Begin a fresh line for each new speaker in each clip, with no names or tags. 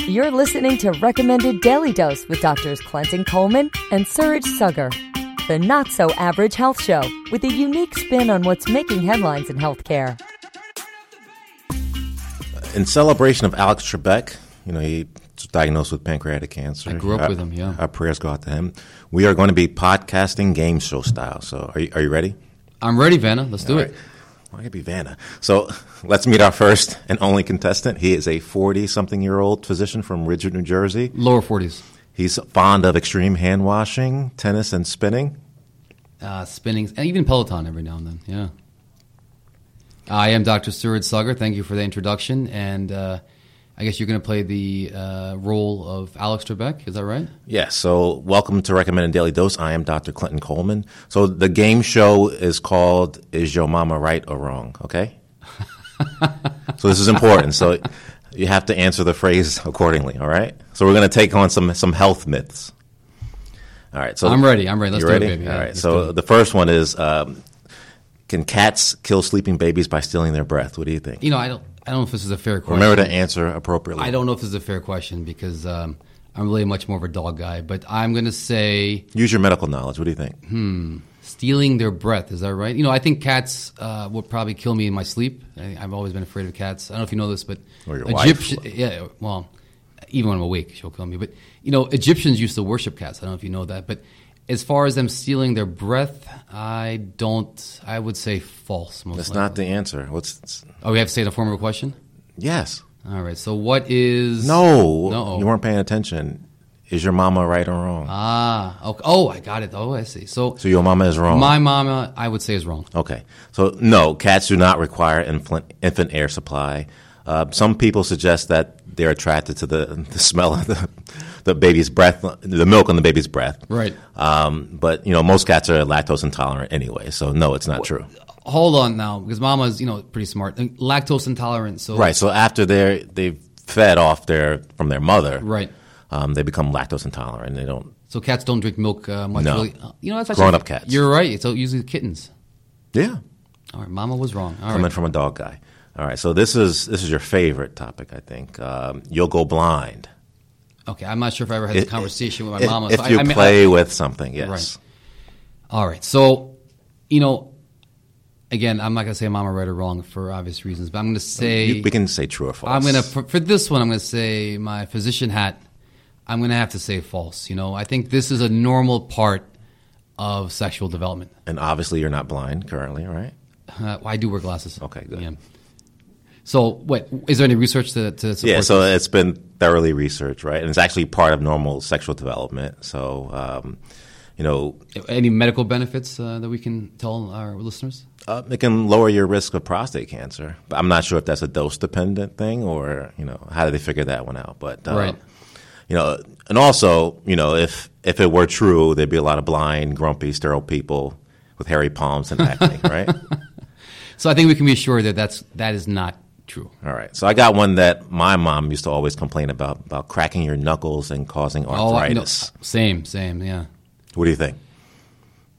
You're listening to Recommended Daily Dose with Doctors Clinton Coleman and Suraj Sugar, the not so average health show with a unique spin on what's making headlines in healthcare.
In celebration of Alex Trebek, you know, he was diagnosed with pancreatic cancer.
I grew up
Our-
with him, yeah.
Our prayers go out to him. We are going to be podcasting game show style. So are you, are you ready?
I'm ready, Vanna. Let's do it.
Well, I could be Vanna. So let's meet our first and only contestant. He is a 40 something year old physician from Ridgewood, New Jersey.
Lower 40s.
He's fond of extreme hand washing, tennis, and spinning.
Uh, spinnings, and even Peloton every now and then. Yeah. I am Dr. Stuart Sugar. Thank you for the introduction. And uh, I guess you're going to play the uh, role of Alex Trebek. Is that right?
Yeah, so welcome to Recommended Daily Dose. I am Dr. Clinton Coleman. So the game show is called Is Your Mama Right or Wrong? Okay? so this is important. So you have to answer the phrase accordingly, all right? So we're going to take on some, some health myths. All right, so
I'm ready. I'm ready. Let's
Oh, you
do
ready?
it, baby.
All
Yeah,
right,
let's
so the first one is um, Can cats kill sleeping babies by stealing their breath? What do you think?
You know, I don't, I don't know if this is a fair question.
Remember to answer appropriately.
I don't know if this is a fair question because um, I'm really much more of a dog guy. But I'm going to say
Use your medical knowledge. What do you think?
stealing their breath. Is that right? You know, I think cats uh, would probably kill me in my sleep. I, I've always been afraid of cats. I don't know if you know this, but
Or your wife.
Egyptian, yeah, well, even when I'm awake, she'll kill me. But you know, Egyptians used to worship cats. I don't know if you know that, but as far as them stealing their breath, I don't. I would say false. Most
That's
likely.
not the answer. What's
Oh, we have to say it in a form of a question.
yes?
All right. So what is
No,
No.
you weren't paying attention. Is your mama right or wrong?
Ah. Okay. Oh, I got it. Oh, I see. So,
so your mama is wrong.
my mama, I would say, is wrong.
okay, so no, cats do not require infant, infant air supply. Uh, some people suggest that they're attracted to the, the smell of the, the baby's breath, the milk on the baby's breath.
Right.
Um, but you know, most cats are lactose intolerant anyway, so no, it's not true.
hold on now because mama's you know pretty smart And lactose intolerant so
Right. So after they're they've fed off their from their mother,
Right.
Um, they become lactose intolerant. They don't.
so cats don't drink milk uh, much
No.
really Uh, you know that's actually
Grown-up cats.
you're right so usually kittens
Yeah.
all right mama was wrong all
coming
right
from a dog guy. All right, so this is this is your favorite topic, I think. Um, you'll go blind
okay i'm not sure if i ever had
If-
this conversation with my
if,
mama
if
so
you
I, I mean,
play with something. Yes,
Right. All right. So, you know, again, I'm not going to say mama right or wrong for obvious reasons, but I'm going to say
You- we can say true or false.
I'm going to for, for this one I'm going to say my physician hat. I'm going to have to say false. You know, I think this is a normal part of sexual development.
and obviously you're not blind currently, right?
Uh, well, I do wear glasses.
Okay, good.
So, what is there any research to, to support?
Yeah, so
this?
it's been thoroughly researched, right? And it's actually part of normal sexual development. So, um, you know,
any medical benefits uh, that we can tell our listeners?
uh, it can lower your risk of prostate cancer. But I'm not sure if that's a dose dependent thing or you know how do they figure that one out. But uh,
Right.
you know, and also you know if if it were true, there'd be a lot of blind, grumpy, sterile people with hairy palms and acne, right?
So, I think we can be assured that that's that is not true.
All right. So I got one that my mom used to always complain about about cracking your knuckles and causing
Oh, I- no,
arthritis.
same, same, yeah.
What do you think?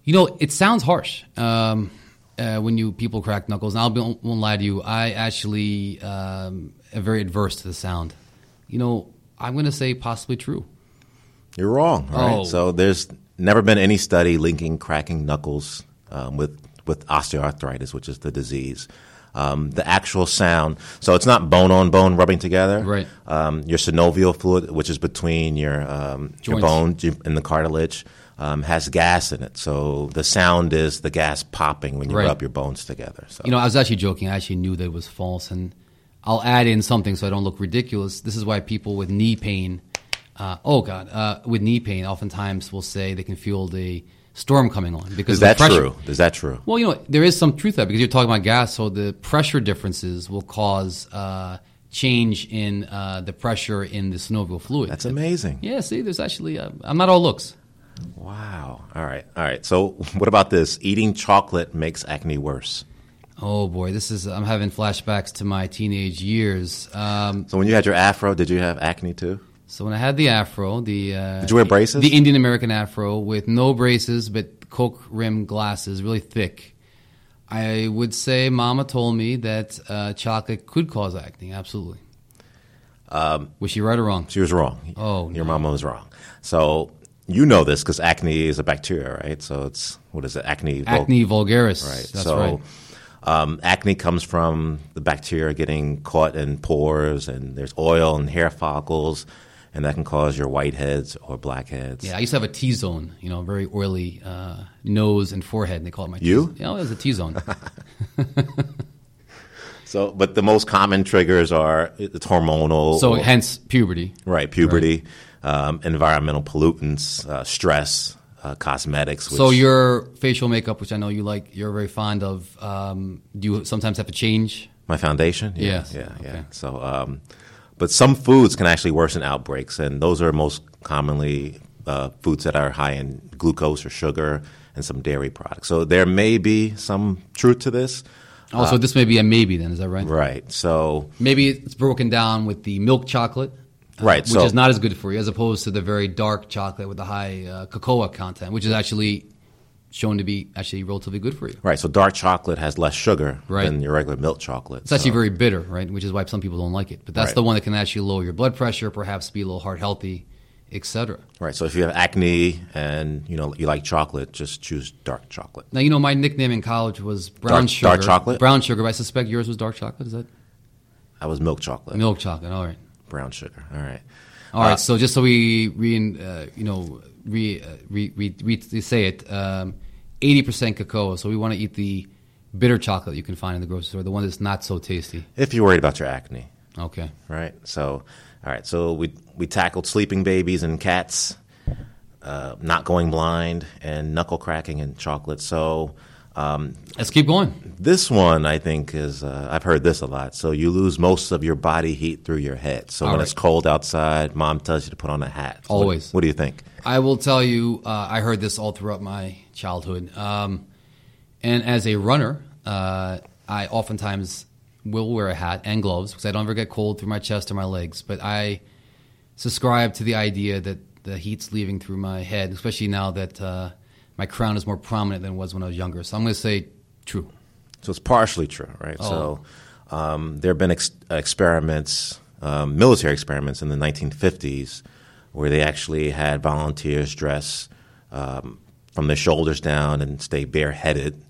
You know, it sounds harsh um, uh, when you people crack knuckles. And I'll be, won't lie to you, I actually um, am very adverse to the sound. You know, I'm going to say possibly true.
You're wrong. all right?
Oh.
So there's never been any study linking cracking knuckles um, with with osteoarthritis, which is the disease. Um, the actual sound. So it's not bone on bone rubbing together.
Right.
Um, your synovial fluid, which is between your um, your
Joints.
bone ju- and the cartilage, um, has gas in it. So the sound is the gas popping when you
Right.
rub your bones together. So
You know, I was actually joking. I actually knew that it was false, and I'll add in something so I don't look ridiculous. This is why people with knee pain, uh, oh god, uh, with knee pain, oftentimes will say they can feel the storm coming on
is
because of the
that
pressure.
true? Is that true?
Well, you know, there is some truth to that because you're talking about gas, so the pressure differences will cause uh, change in uh, the pressure in the synovial fluid.
That's amazing.
yeah, see, there's actually, uh, I'm not all looks.
Wow. All right. All right. So what about this? Eating chocolate makes acne worse.
Oh boy, this is, I'm having flashbacks to my teenage years. Um,
So when you had your afro, did you have acne too?
so when I had the afro, the. Uh,
Did you wear braces?
The Indian American afro with no braces but Coke rim glasses, really thick. I would say Mama told me that uh, chocolate could cause acne, absolutely.
Um,
Was she right or wrong?
She was wrong.
Oh,
your mama was wrong. So you know this because acne is a bacteria, right? So it's what is it? Acne. vul-
Acne vulgaris.
Right.
That's
so
right.
Um, acne comes from the bacteria getting caught in pores, and there's oil and hair follicles, and that can cause your whiteheads or blackheads.
Yeah, I used to have a T zone, you know, very oily uh, nose and forehead. They call it my
You?
T- yeah, it was a T zone.
So, but the most common triggers are it's hormonal.
so
or-
hence puberty.
right, puberty, Um, environmental pollutants, uh, stress, uh, cosmetics. Which,
So your facial makeup, which I know you like, you're very fond of. Um, do you sometimes have to change?
My foundation? Yeah.
Yes.
Yeah, yeah.
Okay.
So, um, but some foods can actually worsen outbreaks, and those are most commonly uh, foods that are high in glucose or sugar and some dairy products. So there may be some truth to this.
Also, this may be a maybe. Then is that right?
Uh, Right. So,
Maybe it's broken down with the milk chocolate,
right.
Uh, which
so,
is not as good for you, as opposed to the very dark chocolate with the high uh, cocoa content, which is actually shown to be actually relatively good for you.
Right. So dark chocolate has less sugar
Right.
than your regular milk chocolate.
It's actually very bitter, right? Which is why some people don't like it. But that's
Right.
the one that can actually lower your blood pressure, perhaps be a little heart healthy, etc.
Right. So if you have acne and you know you like chocolate, just choose dark chocolate.
Now you know my nickname in college was brown
Dark-
sugar.
dark chocolate?
Brown sugar. But I suspect yours was dark chocolate. Is that
I was milk chocolate,
milk chocolate? All right.
brown sugar. All right.
All right. So just so we re, uh, you know, re, uh, re, re, re, re say it, um, eighty percent cacao. So we want to eat the bitter chocolate you can find in the grocery store, the one that's not so tasty.
If you're worried about your acne,
Okay.
right? So, all right. So we we tackled sleeping babies and cats, uh, not going blind, and knuckle cracking and chocolate. So
Let's keep going.
this one, I think, is uh, I've heard this a lot. So you lose most of your body heat through your head. So
All
when
right.
it's cold outside, mom tells you to put on a hat. So what-
Always.
What, do you think?
I will tell you, uh, I heard this all throughout my childhood. Um, and as a runner, uh, I oftentimes will wear a hat and gloves because I don't ever get cold through my chest or my legs. But I subscribe to the idea that the heat's leaving through my head, especially now that uh, my crown is more prominent than it was when I was younger. So I'm going to say true.
So it's partially true, right? So um, there have been ex- experiments, um, military experiments in the 1950s, where they actually had volunteers dress um, from their shoulders down and stay bareheaded,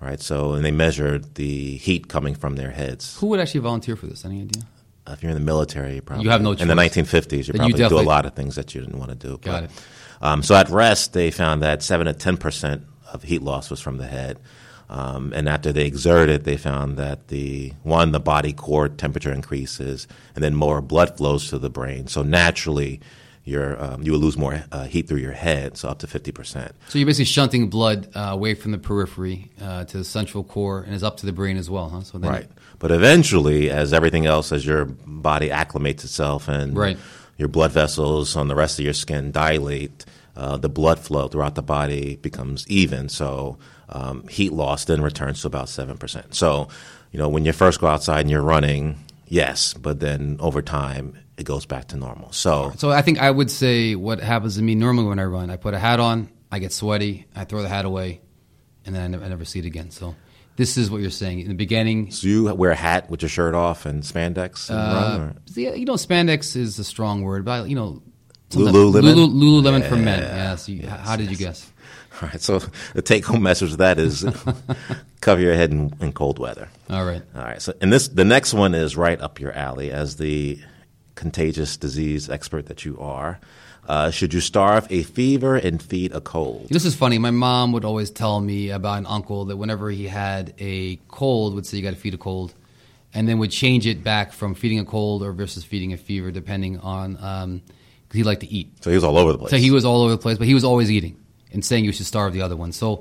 right? So and they measured the heat coming from their heads.
Who would actually volunteer for this? Any idea?
uh, If you're in the military, you probably
have no
in the
choice.
1950s. You
Then you
probably do a
definitely-
lot of things that you didn't want to do.
Got it.
Um, so at rest, they found that seven to ten percent of heat loss was from the head, um, and after they exerted, they found that the one the body core temperature increases, and then more blood flows to the brain. So naturally, your um, you will lose more uh, heat through your head, so up to fifty percent.
So you're basically shunting blood uh, away from the periphery uh, to the central core and is up to the brain as well, huh? So then
Right. But eventually, as everything else, as your body acclimates itself and
Right.
your blood vessels on the rest of your skin dilate, uh, the blood flow throughout the body becomes even. So um, heat loss then returns to about 7%. So, you know, when you first go outside and you're running, yes, but then over time, it goes back to normal. So,
So I think I would say what happens to me normally when I run, I put a hat on, I get sweaty, I throw the hat away, and then I never, I never see it again. So this is what you're saying in the beginning.
so you wear a hat with your shirt off and spandex and run? Or?
Yeah, you know, spandex is a strong word, but you know,
Lululemon?
Lulu, Lululemon for men. Yes. You, how did you guess?
All right. So the take home message of that is cover your head in, in cold weather.
All right.
All right. So, and this the next one is right up your alley as the contagious disease expert that you are. Uh, should you starve a fever and feed a cold?
This is funny. My mom would always tell me about an uncle that whenever he had a cold, would say you got to feed a cold, and then would change it back from feeding a cold or versus feeding a fever, depending on because he liked to eat.
So he was all over the place.
So he was all over the place, but he was always eating and saying you should starve the other one. So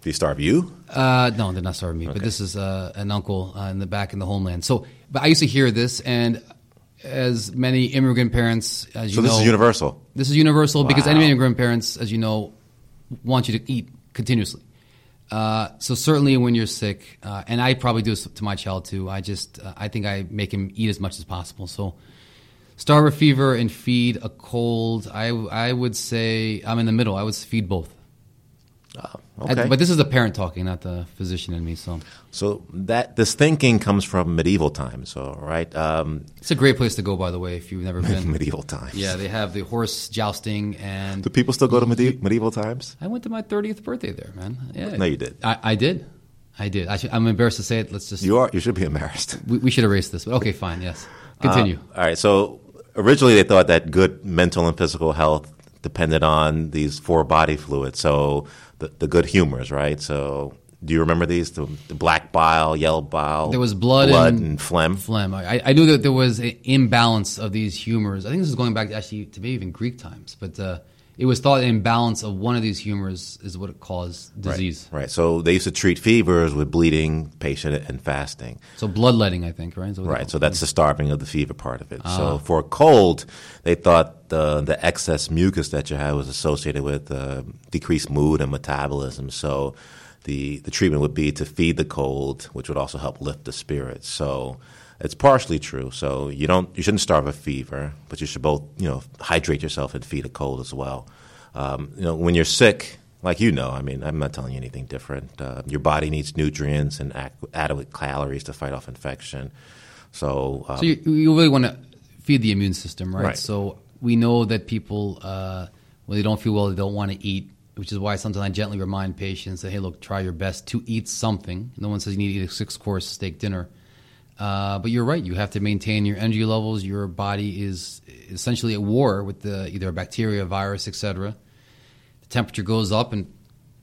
Did he starve you?
uh, no, they're not starving me, but this is uh, an uncle uh, in the back in the homeland. So, but I used to hear this, and as many immigrant parents, as
So
you
this
know,
is universal.
this is universal because any
Wow.
immigrant parents, as you know, want you to eat continuously. Uh, so certainly when you're sick, uh, and I probably do this to my child too. I just uh, I think I make him eat as much as possible. So starve a fever and feed a cold. I I would say I'm in the middle. I would feed both.
Okay.
but this is the parent talking, not the physician in me. So
so that this thinking comes from medieval times. So right, um,
it's a great place to go, by the way, if you've never been.
medieval times.
yeah, they have the horse jousting and
Do people still go to medi- medieval times?
I went to my 30th birthday there, man. Yeah.
No, you did.
I, I did. I did. I should, I'm embarrassed to say it. Let's just.
You are. You should be embarrassed.
we, we should erase this. But okay, fine. Yes.
Uh,
Continue.
Um, All right. So originally they thought that good mental and physical health depended on these four body fluids. So the, the good humors, right? So do you remember these? The, the black bile, yellow bile.
There was blood
and,
and-
phlegm.
Phlegm. I, I knew that there was an imbalance of these humors. I think this is going back to actually to maybe even Greek times, but uh, it was thought an imbalance of one of these humors is what caused disease.
Right. So they used to treat fevers with bleeding, patient, and fasting.
So bloodletting, I think, right? Is that what they
Right.
call
So that's the starving of the fever part of it. So for a cold, they thought the the excess mucus that you had was associated with uh, decreased mood and metabolism. So the the treatment would be to feed the cold, which would also help lift the spirits. So it's partially true. So you don't you shouldn't starve a fever, but you should both you know hydrate yourself and feed a cold as well. Um, you know when you're sick. Like you know, I mean, I'm not telling you anything different. Uh, your body needs nutrients and ac- adequate calories to fight off infection. So, um,
So you, you really want to feed the immune system, right?
Right.
So we know that people, uh, when they don't feel well, they don't want to eat, which is why sometimes I gently remind patients that, hey, look, try your best to eat something. No one says you need to eat a six course steak dinner. Uh, but you're right. You have to maintain your energy levels. Your body is essentially at war with the, either a bacteria, virus, etc. The temperature goes up in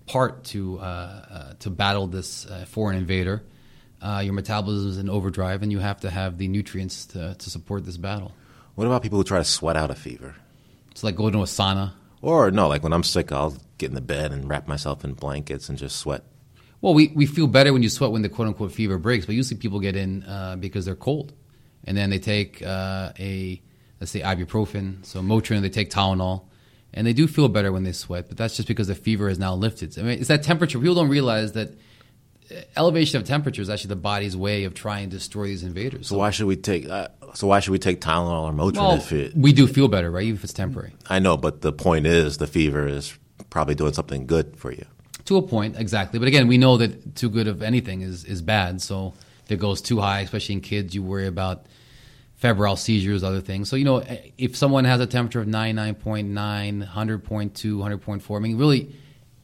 part to uh, uh, to battle this uh, foreign invader. Uh, your metabolism is in overdrive, and you have to have the nutrients to, to support this battle.
what about people who try to sweat out a fever?
It's like going to a sauna.
Or no, like when I'm sick, I'll get in the bed and wrap myself in blankets and just sweat.
Well, we, we feel better when you sweat when the quote unquote fever breaks, but usually people get in uh, because they're cold, and then they take uh, a let's say ibuprofen, so Motrin, they take Tylenol, and they do feel better when they sweat, but that's just because the fever is now lifted. I mean, it's that temperature. People don't realize that uh, elevation of temperature is actually the body's way of trying to destroy these invaders.
So why should we take? Uh, so why should we take Tylenol or Motrin
Well,
if it?
we do feel better, right? Even if it's temporary.
I know, but the point is, the fever is probably doing something good for you.
To a point, exactly. But again, we know that too good of anything is, is bad. So if it goes too high, especially in kids, you worry about febrile seizures, other things. So, you know, if someone has a temperature of 99.9, 100.2, 100.4, I mean, really,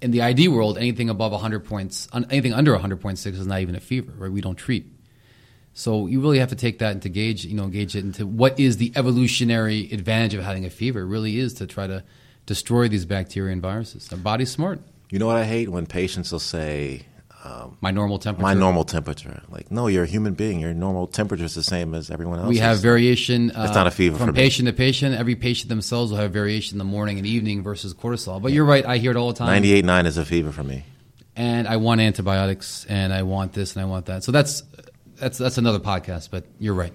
in the ID world, anything above 100 points, un- anything under 100.6 is not even a fever, right? We don't treat. So you really have to take that into gauge, you know, engage it into what is the evolutionary advantage of having a fever. It really is to try to destroy these bacteria and viruses. The body's smart.
You know what I hate when patients will say,
My normal temperature.
"My normal temperature." Like, no, you're a human being. Your normal temperature is the same as everyone else.
We have variation. Uh,
That's not a fever
from
for me.
patient to patient. Every patient themselves will have variation in the morning and evening versus cortisol. But you're right. I hear it all the time.
ninety-eight nine is a fever for me.
And I want antibiotics, and I want this, and I want that. So that's that's that's another podcast. But you're right.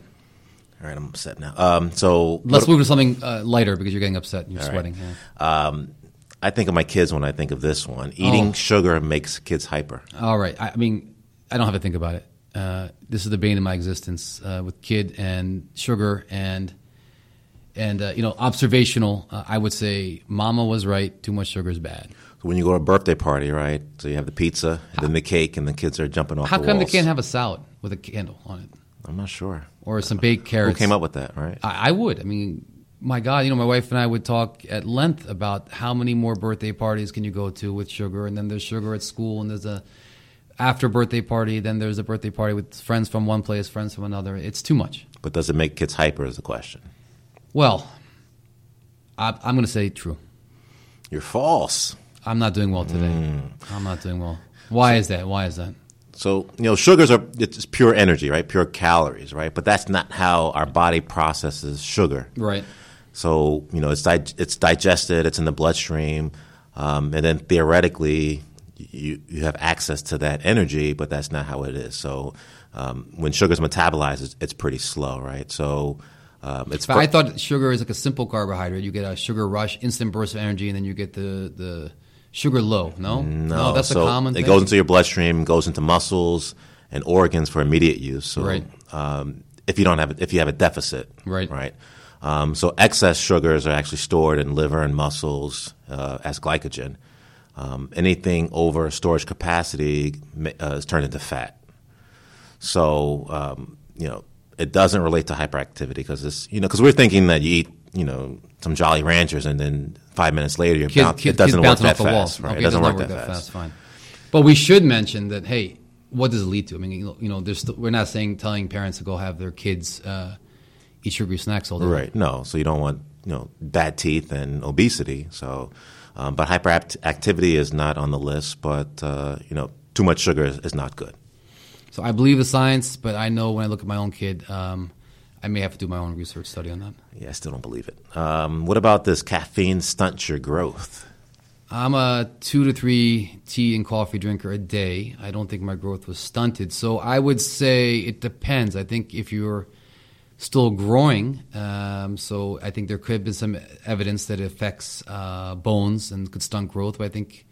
All right, I'm upset now. Um, so
Let's move to something uh, lighter because you're getting upset. and You're
right.
sweating. yeah.
I think of my kids when I think of this one. Eating
Oh.
sugar makes kids hyper.
All right. I, I mean, I don't have to think about it. Uh, this is the bane of my existence uh, with kid and sugar and and uh, you know observational. Uh, I would say mama was right. Too much sugar is bad.
So when you go to a birthday party, right? So you have the pizza, then the cake, and the kids are jumping off
How
the
come they
walls.
can't have a salad with a candle on it
I'm not sure.
or some baked
Who
carrots?
came up with that, right?
I, I would. I mean, my God, you know, my wife and I would talk at length about how many more birthday parties can you go to with sugar, and then there's sugar at school, and there's a after birthday party, then there's a birthday party with friends from one place, friends from another. It's too much.
But does it make kids hyper is the question.
Well, I, I'm going to say true.
You're false.
I'm not doing well today.
Hmm.
I'm not doing well. Why is that? Why is that?
So, you know, sugars are it's just pure energy, right? Pure calories, right? But that's not how our body processes sugar.
Right.
So, you know, it's dig- it's digested, it's in the bloodstream, um, and then theoretically, you you have access to that energy, but that's not how it is. So, um, when sugar's metabolized, it's, it's pretty slow, right? So, um, it's
But I thought sugar is like a simple carbohydrate. You get a sugar rush, instant burst of energy, and then you get the, the sugar low. No, no, Oh, that's
so
a
It
common. thing.
goes into your bloodstream, goes into muscles and organs for immediate use. So,
Right.
um, if you don't have it, if you have a deficit,
Right.
right. Um, so excess sugars are actually stored in liver and muscles uh, as glycogen. Um, anything over storage capacity ma- uh, is turned into fat. So um, you know it doesn't relate to hyperactivity because it's you know because we're thinking that you eat you know some Jolly Ranchers and then five minutes later you're
Kid-
boun-
kid-
it doesn't
kid's
work
bouncing
that
off the wall.
fast. Right?
Okay,
it doesn't work that, fast.
Fine. But we should mention that. Hey, what does it lead to? I mean, you know- you know, there's still, we're not saying telling parents to go have their kids uh, eat sugary snacks all day.
Right. No. So you don't want you know bad teeth and obesity. So, um, but hyperactivity is not on the list. But uh, you know, too much sugar is, is not good.
So I believe the science, but I know when I look at my own kid, um, I may have to do my own research study on that.
Yeah, I still don't believe it. Um, what about this caffeine stunts your growth?
I'm a two to three tea and coffee drinker a day. I don't think my growth was stunted. So I would say it depends. I think if you're still growing, um, so I think there could be some evidence that it affects uh, bones and could stunt growth. But I think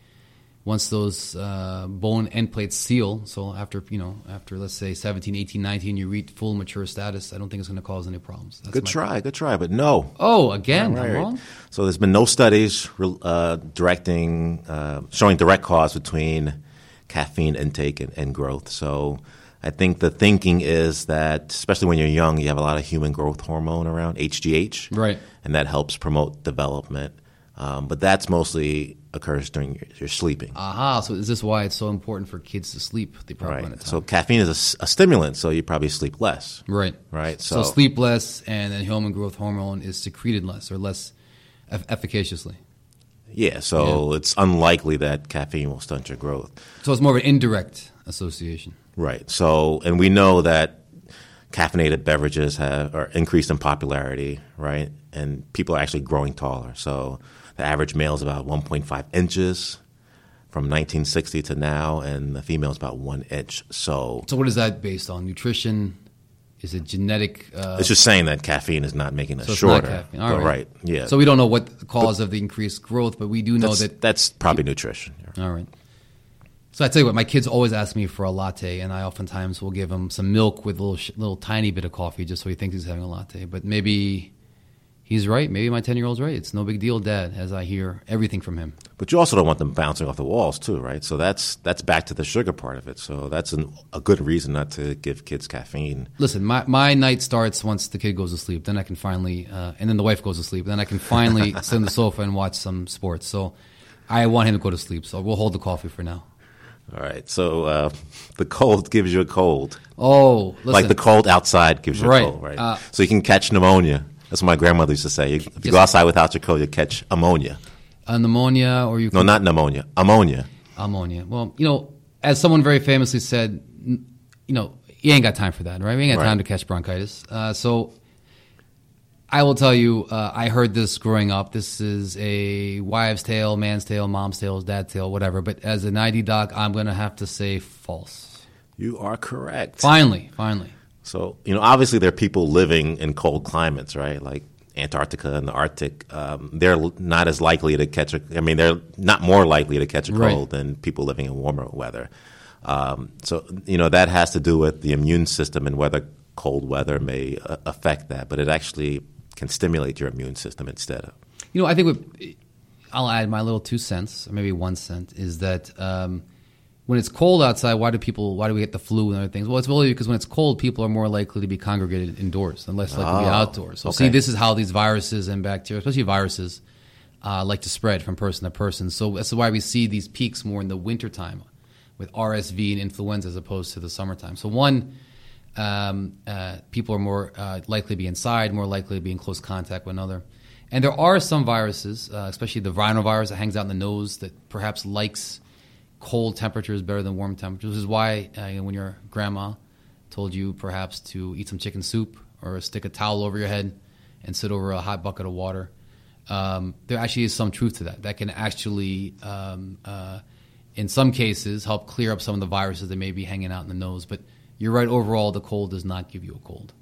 once those uh, bone end plates seal, so after, you know, after let's say 17, 18, 19, you reach full mature status, I don't think it's going to cause any problems. That's
Good
my-
try, good try, but no.
Oh, again, I'm
Right.
wrong?
So there's been no studies re- uh, directing uh, showing direct cause between caffeine intake and, and growth. So I think the thinking is that, especially when you're young, you have a lot of human growth hormone around HGH,
Right.
And that helps promote development. Um, but that's mostly occurs during your, your sleeping.
Aha, so is this why it's so important for kids to sleep the proper amount of
Right.
time?
So caffeine is a s- a, stimulant, so you probably sleep less.
Right.
Right.
So, sleep less, and then human growth hormone is secreted less or less eff- efficaciously.
Yeah. So it's unlikely that caffeine will stunt your growth.
So it's more of an indirect association.
Right. So, and we know that caffeinated beverages have are increased in popularity, right? And people are actually growing taller. So the average male is about 1.5 inches from 1960 to now, and the female is about one inch. So
So what is that based on? Nutrition? Is it genetic? Uh,
it's just saying that caffeine is not making us
so it's not
shorter.
caffeine. All
But
right.
right. Yeah.
So we don't know what the cause of the increased growth, but we do know
that's,
that.
that's probably nutrition.
All right. So I tell you what, my kids always ask me for a latte, and I oftentimes will give him some milk with a little, sh- little tiny bit of coffee, just so he thinks he's having a latte. But maybe he's right. Maybe my ten year old's right. It's no big deal, Dad, as I hear everything from him.
But you also don't want them bouncing off the walls too, right? So that's that's back to the sugar part of it. So that's an, a good reason not to give kids caffeine.
Listen, my, my night starts once the kid goes to sleep. Then I can finally, uh, and then the wife goes to sleep. Then I can finally sit on the sofa and watch some sports. So I want him to go to sleep. So we'll hold the coffee for now.
All right. So uh, the cold gives you a cold,
Oh, listen.
like the cold outside gives you
Right.
a cold, right?
Uh,
so you can catch pneumonia. That's what my grandmother used to say. You, if you go
Yes.
outside without your coat, you catch ammonia.
uh, pneumonia or you
No, not pneumonia. Ammonia.
ammonia. Well, you know, as someone very famously said, n- you know, you ain't got time for that, right? We ain't got
Right.
time to catch bronchitis. Uh, so I will tell you, uh, I heard this growing up. This is a wives' tale, man's tale, mom's tale, dad's tale, whatever. But as an ID doc, I'm going to have to say false.
You are correct.
Finally, finally.
So you know, obviously, there are people living in cold climates, right? Like Antarctica and the Arctic. Um, they're l- not as likely to catch a. I mean, they're not more likely to catch a
Right.
cold than people living in warmer weather. Um, so you know that has to do with the immune system and whether cold weather may uh, affect that, but it actually can stimulate your immune system instead of.
You know, I think what, I'll add my little two cents, or maybe one cent, is that um, when it's cold outside, why do people? Why do we get the flu and other things? Well, it's really because when it's cold, people are more likely to be congregated indoors and less likely to be
Oh,
outdoors. So,
okay.
see, this is how these viruses and bacteria, especially viruses, uh, like to spread from person to person. So that's why we see these peaks more in the wintertime with RSV and influenza as opposed to the summertime. So one, um, uh, people are more uh, likely to be inside, more likely to be in close contact with another. And there are some viruses, uh, especially the rhinovirus that hangs out in the nose, that perhaps likes cold temperatures better than warm temperatures. Which is why uh, you know, when your grandma told you perhaps to eat some chicken soup or stick a towel over your head and sit over a hot bucket of water, um, there actually is some truth to that. That can actually, um, uh, in some cases, help clear up some of the viruses that may be hanging out in the nose. But you're right, overall, the cold does not give you a cold.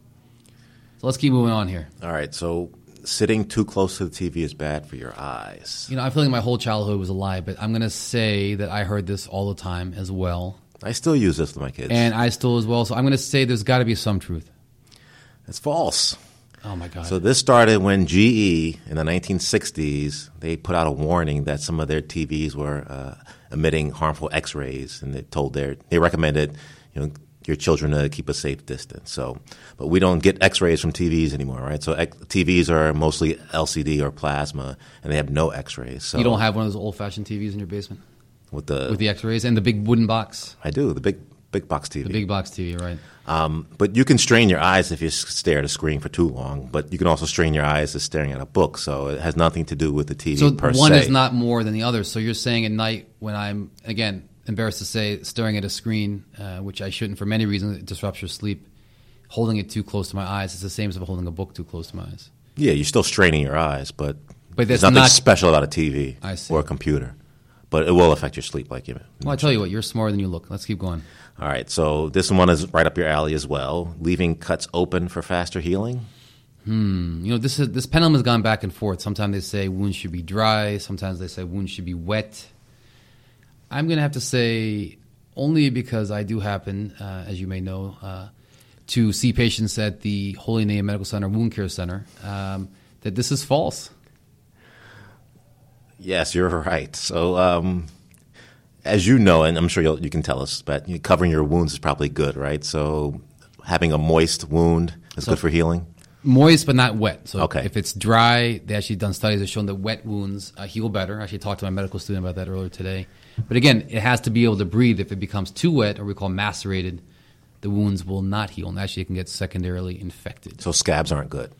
So let's keep moving on here.
All right, so sitting too close to the TV is bad for your eyes.
You know, I feel like my whole childhood was a lie, but I'm going to say that I heard this all the time as well.
I still use this with my kids.
And I still as well. So I'm going to say there's got to be some truth.
it's false.
Oh my God.
So this started when GE in the 1960s they put out a warning that some of their TVs were uh, emitting harmful X-rays, and they told their they recommended you know your children to keep a safe distance. So, but we don't get X-rays from TVs anymore, right? So X- TVs are mostly LCD or plasma, and they have no X-rays. So
you don't have one of those old-fashioned TVs in your basement
with the,
with the X-rays and the big wooden box,
I do the big big box TV.
the big box TV, right?
Um, but you can strain your eyes if you s- stare at a screen for too long. But you can also strain your eyes as staring at a book. So it has nothing to do with the TV
So
per
one
se.
is not more than the other. So you're saying at night when I'm again embarrassed to say staring at a screen, uh, which I shouldn't for many reasons, it disrupts your sleep. Holding it too close to my eyes is the same as holding a book too close to my eyes.
yeah, you're still straining your eyes, but,
But
there's
that's
nothing
not-
special about a TV
I see.
or a computer. But it will affect your sleep, like you.
Well, I tell you what, you're smarter than you look. Let's keep going.
All right, so this one is right up your alley as well. Leaving cuts open for faster healing.
You know, this is, this pendulum has gone back and forth. Sometimes they say wounds should be dry. Sometimes they say wounds should be wet. I'm going to have to say only because I do happen, uh, as you may know, uh, to see patients at the Holy Name Medical Center Wound Care Center um, that this is false.
Yes, you're right. So, um, as you know, and I'm sure you'll, you can tell us, but you- covering your wounds is probably good, right? So, having a moist wound is good for healing.
Moist, but not wet. So
Okay.
if it's dry, they actually done studies that shown that wet wounds uh, heal better. I actually talked to my medical student about that earlier today. But again, it has to be able to breathe. If it becomes too wet, or we call macerated, the wounds will not heal, and actually it can get secondarily infected.
So, scabs aren't good.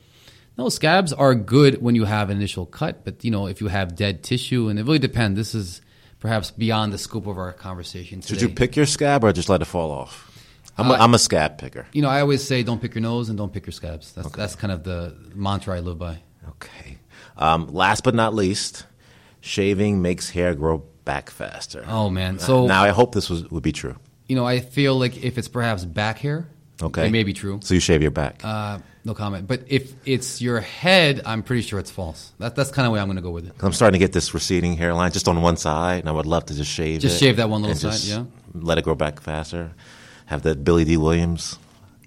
No, scabs are good when you have an initial cut, but you know if you have dead tissue, and it really depends. This is perhaps beyond the scope of our conversation today.
Should you pick your scab or just let it fall off? I'm,
Uh,
a, I'm a scab picker.
You know, I always say don't pick your nose and don't pick your scabs. That's that's kind of the mantra I live by.
Okay. Um, last but not least, shaving makes hair grow back faster. Uh,
Oh man, so
now, I hope this was, would be true.
you know I feel like if it's perhaps back hair,
Okay.
it may be true.
So, you shave your back.
Uh, no comment. But if it's your head, I'm pretty sure it's false. That, that's kind of where I'm going to go with it.
'Cause I'm starting to get this receding hairline just on one side, and I would love to just shave
Just
it
shave that one little
and just
side, yeah.
Let it grow back faster. Have that Billy D. Williams.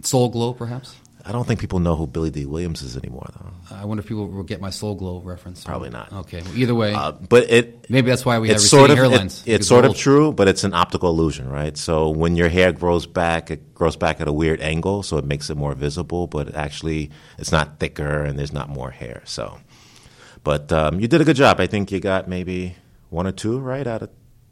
Soul glow, perhaps.
I don't think people know who Billy D. Williams is anymore, though.
Uh, I wonder if people will get my soul glow reference.
Probably not.
Okay. Well, either way,
Uh, but it
Maybe that's why we have
it's sort of
receding
it-
hairlines, because
it's sort of
we're old.
true, but it's an optical illusion, right? So when your hair grows back, it grows back at a weird angle, so it makes it more visible. But actually, it's not thicker, and there's not more hair. So, but um, you did a good job. I think you got maybe one or two right out of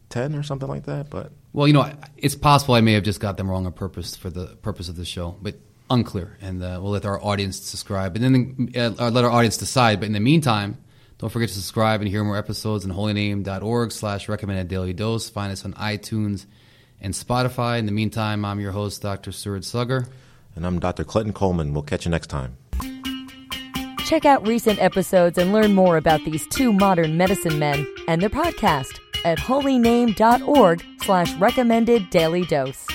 ten or something like that. But
Well, you know, it's possible I may have just got them wrong on purpose for the purpose of the show, but unclear. And uh, we'll let our audience subscribe, and then uh, uh, let our audience decide. But in the meantime, don't forget to subscribe and hear more episodes on holyname.org slash recommended daily dose. Find us on iTunes and Spotify. In the meantime, I'm your host, Dr. Seward Sugger.
And I'm Dr. Clinton Coleman. We'll catch you next time.
Check out recent episodes and learn more about these two modern medicine men and their podcast at holyname.org slash recommended daily dose.